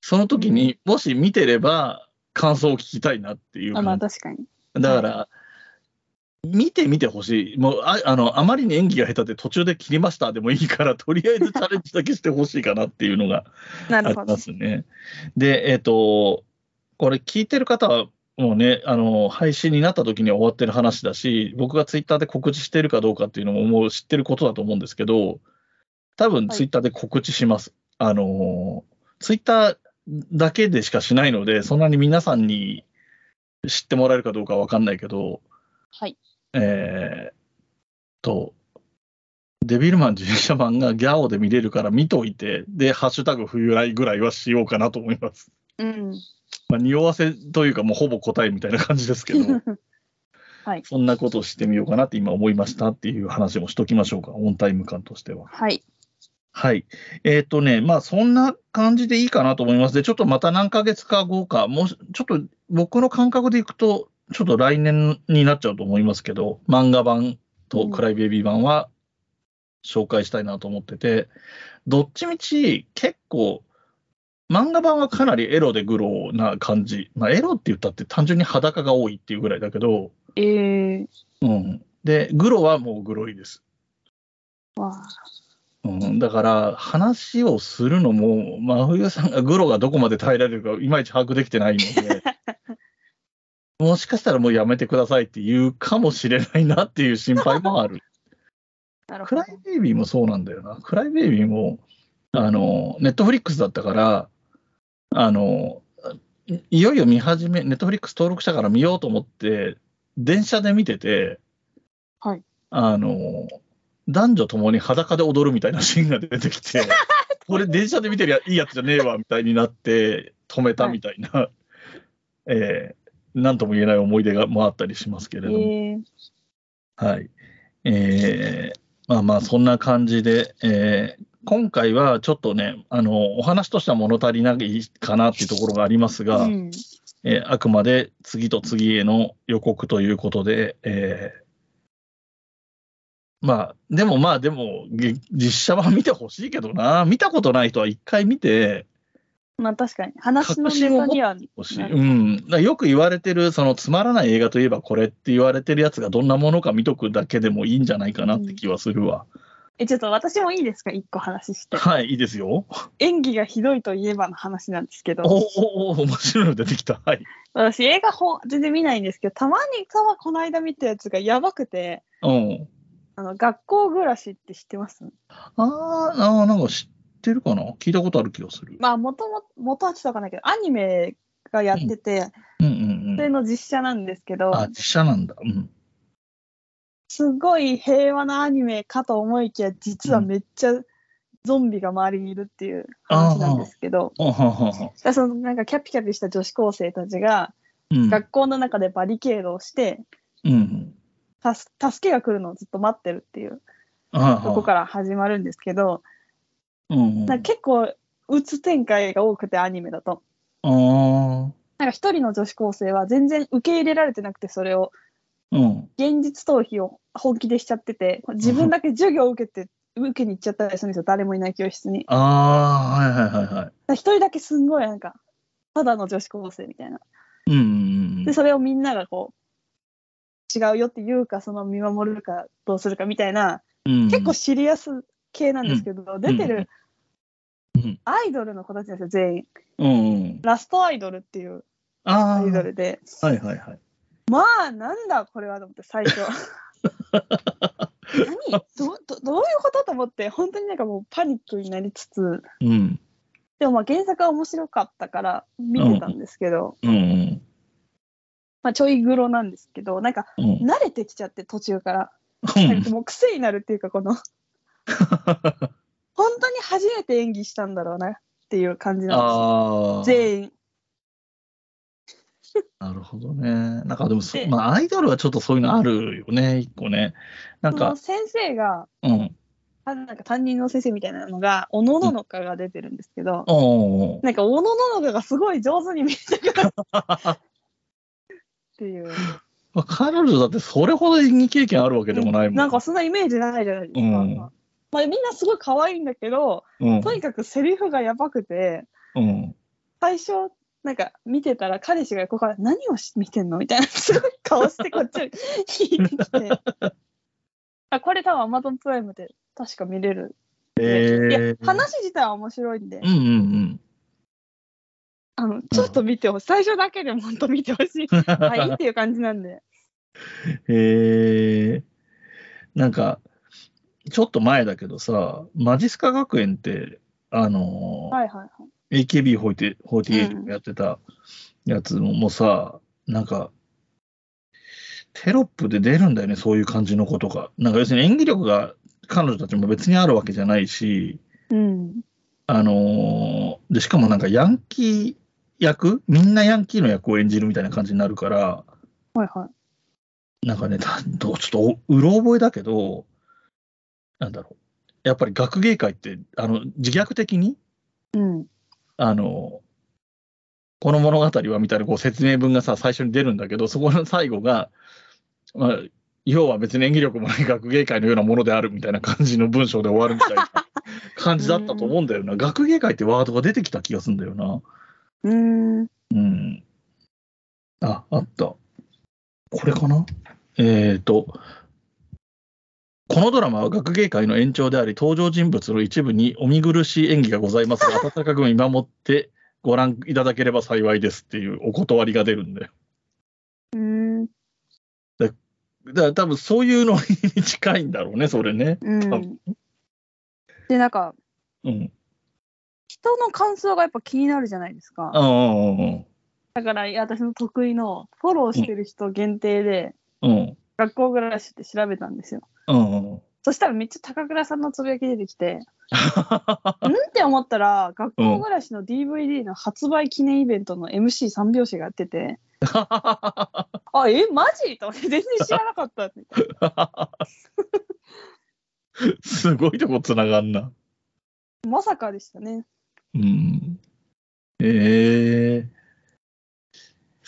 [SPEAKER 1] その時に、もし見てれば、感想を聞きたいなっていう
[SPEAKER 2] あ、まあ
[SPEAKER 1] 感
[SPEAKER 2] 確かに。
[SPEAKER 1] じ。だから、見てみてほしい。もうあ、あの、あまりに演技が下手で途中で切りましたでもいいから、とりあえずチャレンジだけしてほしいかなっていうのが
[SPEAKER 2] な
[SPEAKER 1] あ
[SPEAKER 2] る
[SPEAKER 1] り
[SPEAKER 2] ほど
[SPEAKER 1] ま。すね。で、えっ、と、これ聞いてる方は、もうね、あの、配信になった時には終わってる話だし、僕がツイッターで告知してるかどうかっていうのももう知ってることだと思うんですけど、多分
[SPEAKER 2] はい
[SPEAKER 1] ツイッターで告知します。あの、ツイッターだけでしかしないので、そんなに皆さんに知ってもらえるかどうかはわかんないけど、
[SPEAKER 2] はい。
[SPEAKER 1] えーっと、デビルマン実写版がギャオで見れるから見といて、で、ハッシュタグ冬来ぐらいはしようかなと思います。
[SPEAKER 2] うん。
[SPEAKER 1] まあ、匂わせというか、もうほぼ答えみたいな感じですけど、
[SPEAKER 2] はい。
[SPEAKER 1] そんなことをしてみようかなって今思いましたっていう話もしときましょうか、オンタイム感としては。
[SPEAKER 2] はい。
[SPEAKER 1] はい。えーっ、とね、まあそんな感じでいいかなと思いますで、ちょっとまた何ヶ月か後か、もうちょっと僕の感覚でいくと、ちょっと来年になっちゃうと思いますけど、漫画版とクライベイビー版は紹介したいなと思ってて、どっちみち結構、漫画版はかなりエロでグロな感じ。まあエロって言ったって単純に裸が多いっていうぐらいだけど、
[SPEAKER 2] えー、
[SPEAKER 1] うん。で、グロはもうグロいです。
[SPEAKER 2] わあ。
[SPEAKER 1] うん、だから話をするのも、真冬さんがグロがどこまで耐えられるか、いまいち把握できてないので、もしかしたらもうやめてくださいって言うかもしれないなっていう心配もある。
[SPEAKER 2] なる
[SPEAKER 1] ク
[SPEAKER 2] ほ
[SPEAKER 1] ラ
[SPEAKER 2] ど。
[SPEAKER 1] イベイビーもそうなんだよな。クライベイビーも、あの、ネットフリックスだったから、あの、いいよいよ見始め、ネットフリックス登録したから見ようと思って、電車で見てて、
[SPEAKER 2] はい。
[SPEAKER 1] あの、男女ともに裸で踊るみたいな シーンが出て きて、これ電車で見てりゃいいやつじゃねえわ、みたいになって、止めたみたいな、えーなんとも言えない思い出がもあったりしますけれ
[SPEAKER 2] え
[SPEAKER 1] ども。
[SPEAKER 2] ー、
[SPEAKER 1] はい。えーまあまあ、そんな感じで、えー今回はちょっとね、あの、お話としては物足りないかなっていうところがありますが、
[SPEAKER 2] うん。
[SPEAKER 1] えーあくまで次と次への予告ということで、えーまあ、でもまあ、でも、げ実写版見てほしいけどな、見たことない人は一回見て、
[SPEAKER 2] まあ確かに。話のネタには。
[SPEAKER 1] ほしいうん、だからよく言われてる、そのつまらない映画といえばこれって言われてるやつがどんなものか見とくだけでもいいんじゃないかなって気はするわ。
[SPEAKER 2] え、ちょっと私もいいですか一個話して。
[SPEAKER 1] はい、いいで すよ。
[SPEAKER 2] 演技がひどいといえばの話なんですけど。
[SPEAKER 1] おーおーおー面白いの出てきた。はい。
[SPEAKER 2] 私映画ほん全然見ないんですけどたまにたまこの間見たやつがやばくて
[SPEAKER 1] うん。
[SPEAKER 2] あの学校暮らしって知ってます
[SPEAKER 1] あーあー、なんか知ってってるかな聞いたことある気がする。
[SPEAKER 2] まあ、もとも、元はちょっとわかんないけど、アニメがやってて、
[SPEAKER 1] うんうん
[SPEAKER 2] そうれ
[SPEAKER 1] ん。
[SPEAKER 2] の実写なんですけど、
[SPEAKER 1] あ、実写なんだ。うん。
[SPEAKER 2] すごい平和なアニメかと思いきや、実はめっちゃゾンビが周りにいるっていう話なんですけど、
[SPEAKER 1] あははは。
[SPEAKER 2] だからそのなんかキャピキャピした女子高生たちが、
[SPEAKER 1] うん。
[SPEAKER 2] 学校の中でバリケードをして、
[SPEAKER 1] うん。
[SPEAKER 2] たす助けが来るのをずっと待ってるっていう
[SPEAKER 1] あはは
[SPEAKER 2] とこから始まるんですけど、
[SPEAKER 1] うんうん。
[SPEAKER 2] なんか結構、うつ展開が多くて、アニメだと。
[SPEAKER 1] あー
[SPEAKER 2] なんか一人の女子高生は全然受け入れられてなくて、それを
[SPEAKER 1] うん。
[SPEAKER 2] 現実逃避を本気でしちゃってて、自分だけ授業を受けて、受けに行っちゃったりするんですよ、誰もいない教室に。
[SPEAKER 1] ああ、はいはいはいはい。
[SPEAKER 2] だから一人だけすんごいなんか、ただの女子高生みたいな。
[SPEAKER 1] うんうんう
[SPEAKER 2] で、
[SPEAKER 1] ん。
[SPEAKER 2] それをみんながこう、違うよって言うか、その見守るか、どうするかみたいな、
[SPEAKER 1] うん
[SPEAKER 2] 結構シリアス系なんですけど、出てる
[SPEAKER 1] うん
[SPEAKER 2] アイドルの子たちなんですよ、全員。
[SPEAKER 1] うんうん。
[SPEAKER 2] ラストアイドルっていう
[SPEAKER 1] ああ
[SPEAKER 2] アイドルで、
[SPEAKER 1] はいはいはい。
[SPEAKER 2] まあ、なんだこれはと思って、最 初。何どどどういうことと思って、本当になんかもうパニックになりつつ、
[SPEAKER 1] うん。
[SPEAKER 2] でもまあ原作は面白かったから見てたんですけど、
[SPEAKER 1] うんうん。
[SPEAKER 2] まあちょいグロなんですけど、なんか
[SPEAKER 1] うん。
[SPEAKER 2] 慣れてきちゃって途中から、
[SPEAKER 1] うん
[SPEAKER 2] なんかもう癖になるっていうか、この、本当に初めて演技したんだろうなっていう感じなん
[SPEAKER 1] あ
[SPEAKER 2] で
[SPEAKER 1] あ
[SPEAKER 2] すよ。。全員。
[SPEAKER 1] なるほどね。なんかでもそ
[SPEAKER 2] で
[SPEAKER 1] まあ、アイドルはちょっとそういうのあるよね、一個ね。なん
[SPEAKER 2] その
[SPEAKER 1] か、
[SPEAKER 2] 先生が、
[SPEAKER 1] うん。
[SPEAKER 2] あなんか担任の先生みたいなのが、おのののかが出てるんですけど、
[SPEAKER 1] おー
[SPEAKER 2] なんかおのののかがすごい上手に見えてくるっていう。
[SPEAKER 1] まあ彼女だってそれほど演技経験あるわけでもないもん。
[SPEAKER 2] なんか、そんなイメージないじゃないですか。
[SPEAKER 1] うん
[SPEAKER 2] まあ、みんなすごい可愛いんだけど、
[SPEAKER 1] うん。
[SPEAKER 2] とにかくセリフがやばくて、
[SPEAKER 1] うん。
[SPEAKER 2] 最初、なんか見てたら彼氏が横から何をし見てんのみたいな、すごい顔してこっちに引いてき て。あこれ多分 Amazon プライムで確か見れる。いや
[SPEAKER 1] えー、
[SPEAKER 2] 話自体は面白いんで
[SPEAKER 1] う、んうんうん。
[SPEAKER 2] あのちょっと見てほしい。最初だけでも本当見てほしい。はいっていう感じなんで。
[SPEAKER 1] えー、なんか、ちょっと前だけどさ、マジスカ学園って、あのー
[SPEAKER 2] はいはいはい。
[SPEAKER 1] AKB48 やってたやつも,、もさ、なんか、テロップで出るんだよね、そういう感じのことが。なんか要するに演技力が彼女たちも別にあるわけじゃないし、
[SPEAKER 2] うん。
[SPEAKER 1] あのーで、しかもなんかヤンキー役みんなヤンキーの役を演じるみたいな感じになるから、
[SPEAKER 2] はいはい。
[SPEAKER 1] なんかね、たどうちょっとおうろ覚えだけど、なんだろう。やっぱり学芸会って、あの、自虐的に
[SPEAKER 2] うん。
[SPEAKER 1] あの、この物語はみたいなこう説明文がさ、最初に出るんだけど、そこの最後が、まあ、要は別に演技力もない 学芸会のようなものであるみたいな感じの文章で終わるみたいな感じだったと思うんだよな。学芸会ってワードが出てきた気がするんだよな。
[SPEAKER 2] うーん。
[SPEAKER 1] うん。あ、あった。これかなえっ、と、このドラマは学芸会の延長であり、登場人物の一部にお見苦しい演技がございますが、温かく見守ってご覧いただければ幸いですっていうお断りが出るんだよ。
[SPEAKER 2] うーん。
[SPEAKER 1] だから多分そういうのに近いんだろうね、それね。
[SPEAKER 2] うん。で、なんか、
[SPEAKER 1] うん。
[SPEAKER 2] 人の感想がやっぱ気になるじゃないですか。
[SPEAKER 1] うんうんうん
[SPEAKER 2] だからいや私の得意のフォローしてる人限定で、
[SPEAKER 1] うん。うん
[SPEAKER 2] 学校暮らしって調べたんですよ。
[SPEAKER 1] うんうん。
[SPEAKER 2] そしたらめっちゃ高倉さんのつぶやき出てき て、うんって思ったら、学校暮らしの DVD の発売記念イベントの MC 三拍子がやって て、あ、え、マジと思って全然知らなかった。
[SPEAKER 1] すごいとこ繋がんな。
[SPEAKER 2] まさかでしたね。
[SPEAKER 1] うん。ええ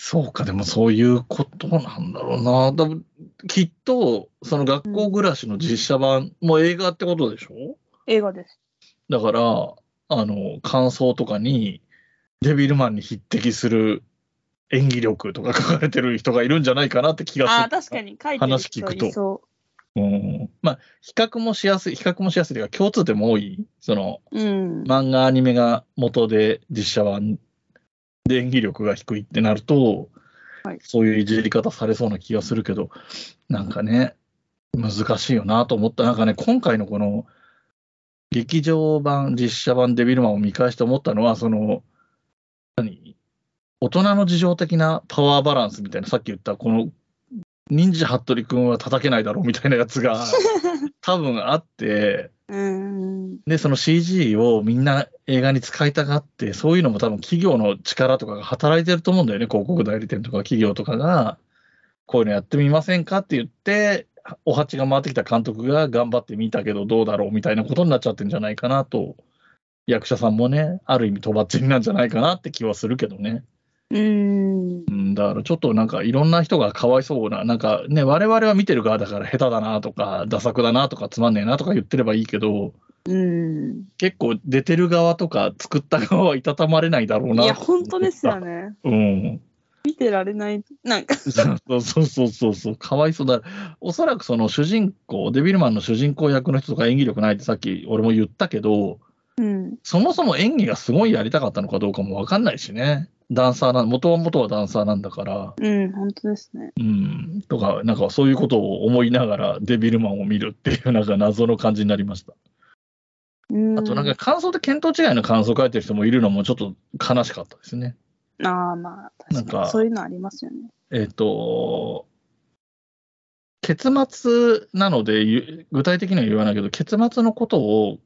[SPEAKER 1] そうか、でもそういうことなんだろうな。多分きっと、その学校暮らしの実写版も映画ってことでしょ
[SPEAKER 2] 映画です。
[SPEAKER 1] だから、あの、感想とかに、デビルマンに匹敵する演技力とか書かれてる人がいるんじゃないかなって気がする。
[SPEAKER 2] あー確かに書いてる人
[SPEAKER 1] 話聞くと
[SPEAKER 2] いそ
[SPEAKER 1] うん。まあ、比較もしやすい、比較もしやすいというか、共通点も多い。その、
[SPEAKER 2] う。うん。
[SPEAKER 1] 漫画アニメが元で実写版で演技力が低いってなると、
[SPEAKER 2] はい
[SPEAKER 1] そういういじり方されそうな気がするけどなんかね難しいよなと思ったなんかね今回のこの劇場版、実写版デビルマンを見返して思ったのは、その、何大人の事情的なパワーバランスみたいな、さっき言った、この、忍者服部君は叩けないだろうみたいなやつ が、多分あって、
[SPEAKER 2] うん。
[SPEAKER 1] で、その CG をみんな映画に使いたがって、そういうのも多分企業の力とかが働いてると思うんだよね。広告代理店とか企業とかが、こういうのやってみませんかって言って、お鉢が回ってきた監督が頑張ってみたけどどうだろうみたいなことになっちゃってるんじゃないかなと、役者さんもね、ある意味とばっちりなんじゃないかなって気はするけどね。
[SPEAKER 2] うん。
[SPEAKER 1] うん、だからちょっとなんかいろんな人がかわいそうな、なんかね、我々は見てる側だから下手だなとか、ダ作だなとか、つまんねえなとか言ってればいいけど、
[SPEAKER 2] うん。
[SPEAKER 1] 結構出てる側とか作った側はいたたまれないだろうな。
[SPEAKER 2] いや、本当ですよ。ね。
[SPEAKER 1] うん。
[SPEAKER 2] 見てられない。なんか、
[SPEAKER 1] そうそうそうそうそう、かわいそうだ。おそらくその主人公、デビルマンの主人公役の人とか演技力ないってさっき俺も言ったけど、
[SPEAKER 2] うん。
[SPEAKER 1] そもそも演技がすごいやりたかったのかどうかもわかんないしね。ダンサーな、元は元はダンサーなんだから、
[SPEAKER 2] うん、本当ですね。
[SPEAKER 1] うん、とか、なんかそういうことを思いながらデビルマンを見るっていうなんか謎の感じになりました。
[SPEAKER 2] うん。
[SPEAKER 1] あとなんか感想で見当違いの感想書いてる人もいるのもちょっと悲しかったですね。
[SPEAKER 2] ああ、まあ、
[SPEAKER 1] なん
[SPEAKER 2] 確
[SPEAKER 1] か
[SPEAKER 2] かに。そういうのありますよね。
[SPEAKER 1] えっ、と、結末なので、ゆ具体的には言わないけど、結末のことを、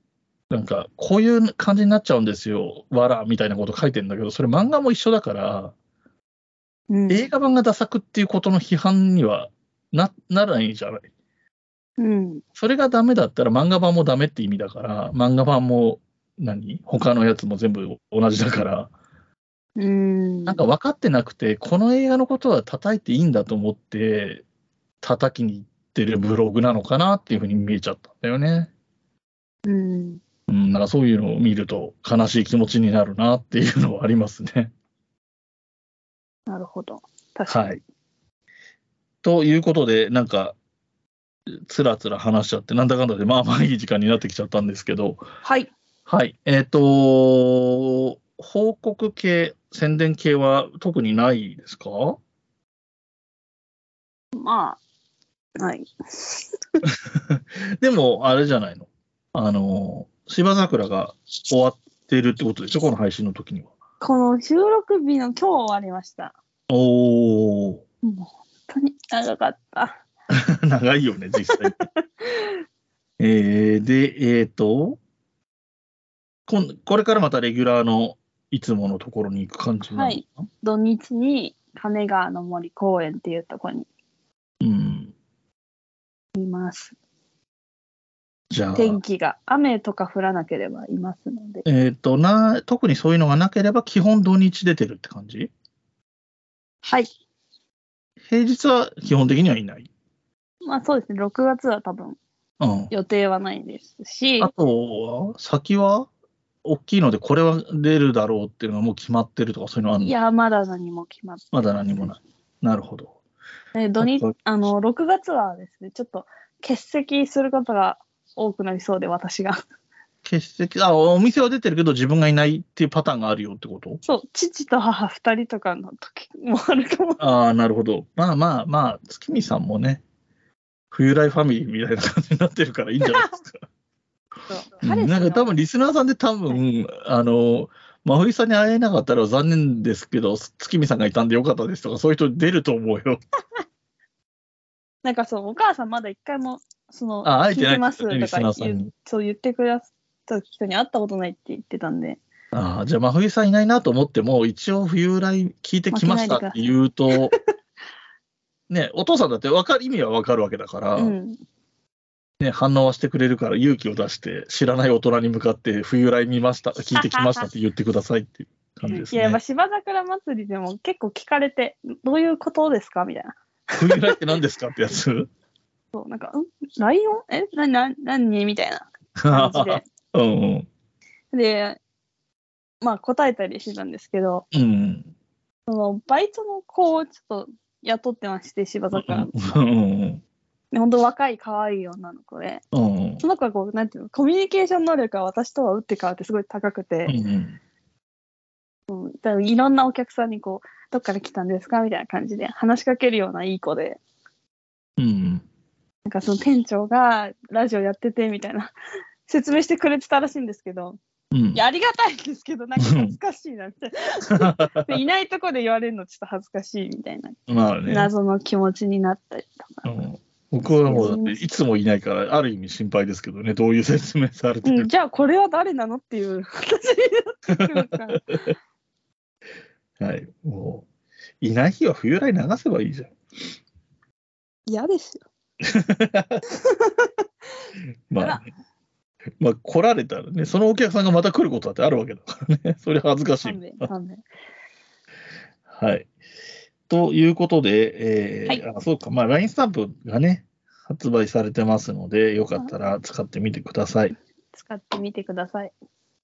[SPEAKER 1] なんか、こういう感じになっちゃうんですよ、わら、みたいなこと書いてんだけど、それ漫画も一緒だから、
[SPEAKER 2] うん。
[SPEAKER 1] 映画版がダ作っていうことの批判にはなならないじゃない。
[SPEAKER 2] うん。
[SPEAKER 1] それがダメだったら漫画版もダメって意味だから、漫画版も何他のやつも全部同じだから、
[SPEAKER 2] うん。
[SPEAKER 1] なんか分かってなくて、この映画のことは叩いていいんだと思って、叩きに行ってるブログなのかなっていうふうに見えちゃったんだよね。
[SPEAKER 2] うん。
[SPEAKER 1] うん、なんかそういうのを見ると悲しい気持ちになるなっていうのはありますね。
[SPEAKER 2] なるほど。確かに。
[SPEAKER 1] はい。ということで、なんか、つらつら話しちゃって、なんだかんだで、まあまあいい時間になってきちゃったんですけど、
[SPEAKER 2] はい。
[SPEAKER 1] はい。えっ、と報告系、宣伝系は特にないですか
[SPEAKER 2] まあ、はい。
[SPEAKER 1] でも、あれじゃないの。あの、芝桜が終わってるってことでしょこの配信の時には。
[SPEAKER 2] この収録日の今日終わりました。
[SPEAKER 1] おお
[SPEAKER 2] もう本当に長かった。
[SPEAKER 1] 長いよね、実際。えー、で、えっ、とこん、これからまたレギュラーのいつものところに行く感じなのかな、
[SPEAKER 2] 土日に金川の森公園っていうところに
[SPEAKER 1] うん。
[SPEAKER 2] います。
[SPEAKER 1] じゃあ、
[SPEAKER 2] 天気が雨とか降らなければいますので。
[SPEAKER 1] えっ、とな、特にそういうのがなければ、基本土日出てるって感じ
[SPEAKER 2] はい。
[SPEAKER 1] 平日は基本的にはいない。
[SPEAKER 2] まあそうですね。6月は多分
[SPEAKER 1] うん。
[SPEAKER 2] 予定はないですし
[SPEAKER 1] あ、とは、先は大きいので、これは出るだろうっていうのはもう決まってるとか、そういうのある
[SPEAKER 2] い
[SPEAKER 1] の
[SPEAKER 2] や、まだ何も決まって。
[SPEAKER 1] まだ何もないい。なるほど。
[SPEAKER 2] え土日
[SPEAKER 1] あと、
[SPEAKER 2] あの、6月はですね、ちょっと欠席することが多くなりそうで、私が。
[SPEAKER 1] 欠席、あ、お店は出てるけど、自分がいないっていうパターンがあるよってこと
[SPEAKER 2] そう、父と母2人とかの時もあるかも。
[SPEAKER 1] ああ、なるほど。まあまあまあ、月見さんもね、冬来ファミリーみたいな感じになってるからいいんじゃないですか。うん
[SPEAKER 2] 彼氏の
[SPEAKER 1] なんか多分、リスナーさんで多分、あの、真冬さんに会えなかったら残念ですけど、月見さんがいたんでよかったですとか、そういう人出ると思うよ。
[SPEAKER 2] なんかそう、お母さんまだ一回も、その、
[SPEAKER 1] あ、会えて
[SPEAKER 2] 聞い
[SPEAKER 1] な
[SPEAKER 2] て
[SPEAKER 1] い
[SPEAKER 2] ます
[SPEAKER 1] リ
[SPEAKER 2] と
[SPEAKER 1] スナ
[SPEAKER 2] か
[SPEAKER 1] ーさん
[SPEAKER 2] 言う
[SPEAKER 1] に。
[SPEAKER 2] そう言ってくださった人に会ったことないって言ってたんで、
[SPEAKER 1] ああ、じゃあ、真冬さんいないなと思っても、一応冬来聞いてきましたって言 うと、ね、お父さんだってわかる意味はわかるわけだから、
[SPEAKER 2] うん。
[SPEAKER 1] ね、反応はしてくれるから勇気を出して、知らない大人に向かって、冬来見ました、聞いてきましたって言ってくださいっていう感じです
[SPEAKER 2] いや、やっ
[SPEAKER 1] ね
[SPEAKER 2] ぱ。芝桜祭りでも結構聞かれて、どういうことですかみたいな。
[SPEAKER 1] 冬来って何ですかってやつ
[SPEAKER 2] そう、なんか、んライオンえな、な、何みたいな感じ で。
[SPEAKER 1] うんうん。
[SPEAKER 2] で、まあ答えたりしてたんですけど、
[SPEAKER 1] うん。
[SPEAKER 2] その、バイトの子をちょっと雇ってまして、芝桜の。
[SPEAKER 1] うんうん
[SPEAKER 2] でほんと若い可愛い女の子で、
[SPEAKER 1] うん。うん
[SPEAKER 2] その子はこう、なんていうの、コミュニケーション能力が私とは打って変わってすごい高くて、
[SPEAKER 1] うん。
[SPEAKER 2] だからいろんなお客さんにこう、どっから来たんですかみたいな感じで話しかけるようないい子で、
[SPEAKER 1] うん。
[SPEAKER 2] なんかその店長がラジオやっててみたいな説明してくれてたらしいんですけど、
[SPEAKER 1] うん
[SPEAKER 2] い。や、ありがたいんですけど、なんか恥ずかしいな、み たいな。でいないとこで言われるのちょっと恥ずかしいみたいな、
[SPEAKER 1] まあね。
[SPEAKER 2] 謎の気持ちになったりと
[SPEAKER 1] う
[SPEAKER 2] か。
[SPEAKER 1] ん僕はもうだっていつもいないから、ある意味心配ですけどね、どういう説明されて
[SPEAKER 2] う
[SPEAKER 1] る
[SPEAKER 2] ん、じゃあこれは誰なのっていう 形になってくるから。
[SPEAKER 1] か。はい。もう、いない日は冬来流せばいいじゃん。
[SPEAKER 2] 嫌ですよ。
[SPEAKER 1] まあね、まあ来られたらね、そのお客さんがまた来ることだってあるわけだからね。 それは恥ずかしい
[SPEAKER 2] 勘。弁、勘弁。
[SPEAKER 1] はい。ということで、えーあそうか、まあ、LINE スタンプがね、発売されてますので、よかったら使ってみてください。
[SPEAKER 2] 使ってみてください。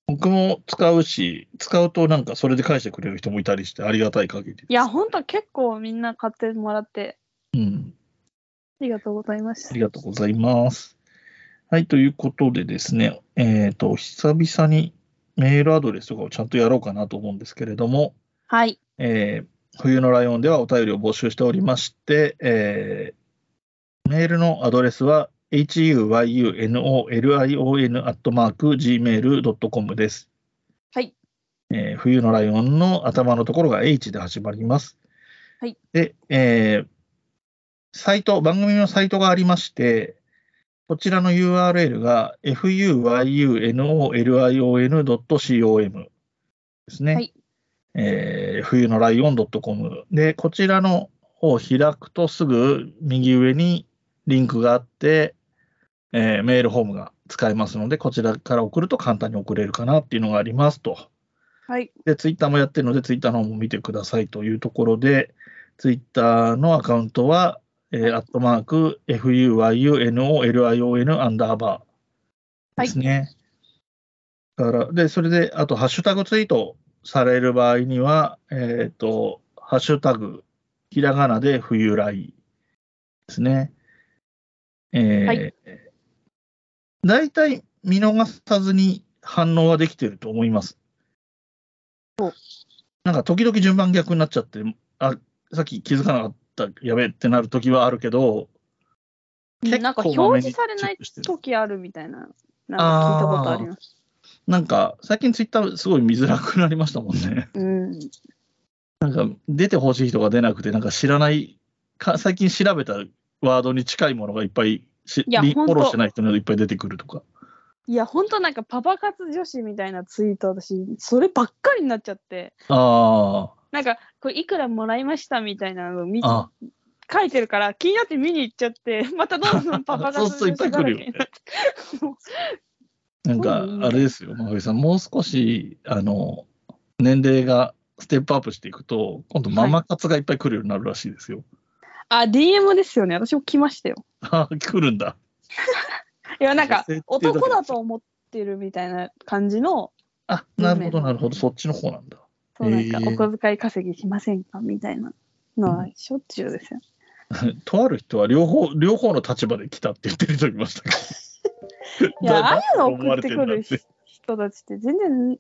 [SPEAKER 1] 僕も使うし、使うとなんかそれで返してくれる人もいたりして、ありがたい限りです。
[SPEAKER 2] いや、ほんと結構みんな買ってもらって、
[SPEAKER 1] うん。
[SPEAKER 2] ありがとうございまし
[SPEAKER 1] あ
[SPEAKER 2] た
[SPEAKER 1] り。がとうございます。はい、ということでですね、えっ、と、久々にメールアドレスとかをちゃんとやろうかなと思うんですけれども、
[SPEAKER 2] はい。
[SPEAKER 1] えー冬のライオンではお便りを募集しておりまして、えーメールのアドレスは huyunolion.gmail.com です。
[SPEAKER 2] はい。
[SPEAKER 1] えー冬のライオンの頭のところが H で始まります。
[SPEAKER 2] はい。
[SPEAKER 1] で、えーサイト、番組のサイトがありまして、こちらの URL が fuyunolion.com ですね。
[SPEAKER 2] はい
[SPEAKER 1] えー冬のライオン .com で、こちらの方を開くとすぐ右上にリンクがあって、えーメールフォームが使えますので、こちらから送ると簡単に送れるかなっていうのがありますと。
[SPEAKER 2] はい。
[SPEAKER 1] で、ツイッターもやってるので、ツイッターの方も見てくださいというところで、ツイッターのアカウントは、えーアットマーク、FUYUNOLION アンダーバーですね。だから、で、それで、あと、ハッシュタグツイートされる場合には、えっ、と、ハッシュタグ、ひらがなで冬来ですね。えー
[SPEAKER 2] はい
[SPEAKER 1] 大体見逃さずに反応はできてると思います。なんか時々順番逆になっちゃって、あさっき気づかなかった、やべえってなる時はあるけど、結構
[SPEAKER 2] なんか表示されない時あるみたいな、なんか聞いたことあります。
[SPEAKER 1] なんか最近ツイッターすごい見づらくなりましたもんね。
[SPEAKER 2] うん。
[SPEAKER 1] なんか出てほしい人が出なくて、なんか知らないか、最近調べたワードに近いものがいっぱいし、
[SPEAKER 2] いや
[SPEAKER 1] リフ
[SPEAKER 2] ほんと
[SPEAKER 1] ォローしてない人のいっぱい出てくるとか。
[SPEAKER 2] いや、ほんとなんかパパ活女子みたいなツイート、私、そればっかりになっちゃって、
[SPEAKER 1] あ
[SPEAKER 2] なんか、これいくらもらいましたみたいなのを見
[SPEAKER 1] あ、あ
[SPEAKER 2] 書いてるから、気になって見に行っちゃって、 またどんどんパパ活
[SPEAKER 1] そ
[SPEAKER 2] 女
[SPEAKER 1] うするといっ
[SPEAKER 2] 子
[SPEAKER 1] ぱい
[SPEAKER 2] だ
[SPEAKER 1] 来
[SPEAKER 2] ら
[SPEAKER 1] る
[SPEAKER 2] け
[SPEAKER 1] よね
[SPEAKER 2] になって。もう
[SPEAKER 1] なんか
[SPEAKER 2] そう、ね
[SPEAKER 1] あれですよ、真冬さん、もう少し、あの、年齢がステップアップしていくと、今度ママ活がいっぱい来るようになるらしいですよ。
[SPEAKER 2] あ、DM ですよね。私も来ましたよ。
[SPEAKER 1] ああ、来るんだ。
[SPEAKER 2] いや、なんか
[SPEAKER 1] 設定、だけ
[SPEAKER 2] 男だと思ってるみたいな感じの、
[SPEAKER 1] あ、なるほど、なるほど、そっちの方なんだ。
[SPEAKER 2] そうなんか
[SPEAKER 1] へ、ー
[SPEAKER 2] お小遣い稼ぎしませんかみたいなのは、しょっちゅうですよ。
[SPEAKER 1] とある人は両方、両方の立場で来たって言ってる人いましたけど。
[SPEAKER 2] いや、ああい
[SPEAKER 1] だ
[SPEAKER 2] うの
[SPEAKER 1] ど思
[SPEAKER 2] 送
[SPEAKER 1] わ
[SPEAKER 2] っ
[SPEAKER 1] れ
[SPEAKER 2] てく
[SPEAKER 1] んだ
[SPEAKER 2] る
[SPEAKER 1] って
[SPEAKER 2] ひ人たちって全然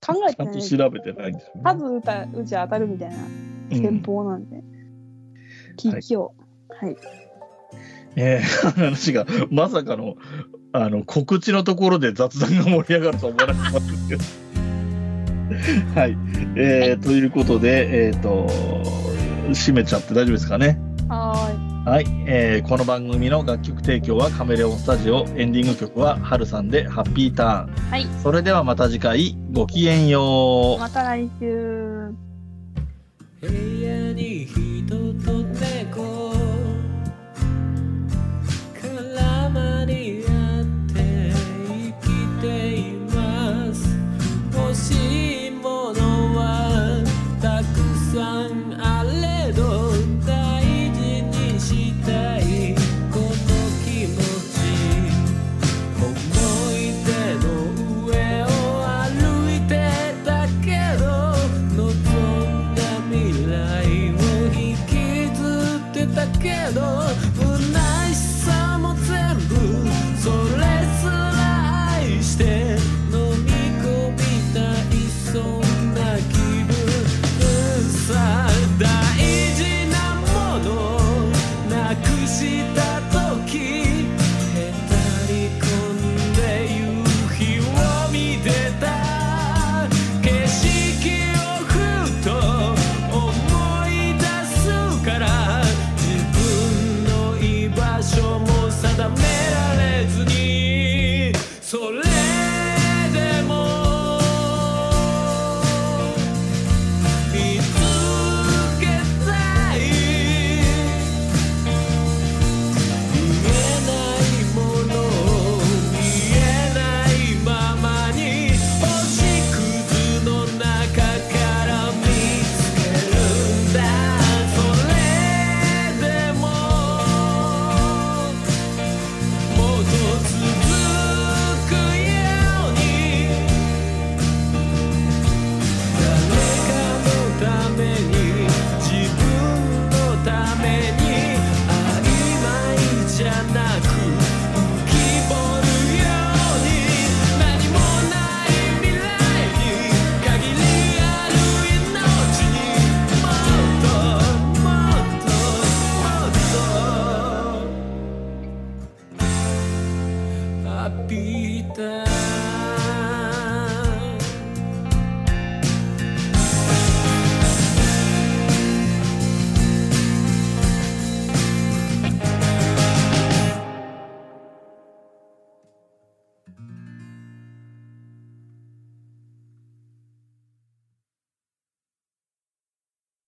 [SPEAKER 2] 考え
[SPEAKER 1] ち
[SPEAKER 2] て
[SPEAKER 1] ゃ
[SPEAKER 2] なん
[SPEAKER 1] と
[SPEAKER 2] い。
[SPEAKER 1] 調べてないんですよね。
[SPEAKER 2] 数打たうち当たるみたいな
[SPEAKER 1] うん
[SPEAKER 2] 戦法なんで。聞きよう。はい。
[SPEAKER 1] え ー話がまさかのあの告知のところで雑談が盛り上がるとは思わなかったんですけど。 はい、えーということで、えー、と締めちゃって大丈夫ですかね。
[SPEAKER 2] は
[SPEAKER 1] はい、えーこの番組の楽曲提供はカメレオンスタジオエンディング曲はハルさんで「ハッピーターン」
[SPEAKER 2] はい
[SPEAKER 1] それではまた次回ごきげんよ
[SPEAKER 2] ーい。
[SPEAKER 1] う。
[SPEAKER 2] また来週。
[SPEAKER 3] 部屋に人と猫絡まり合って生きています欲しいものはたくさんあれど大事にしたいこの気持ち思い出の上を歩いてたけど望んだ未来を引きずた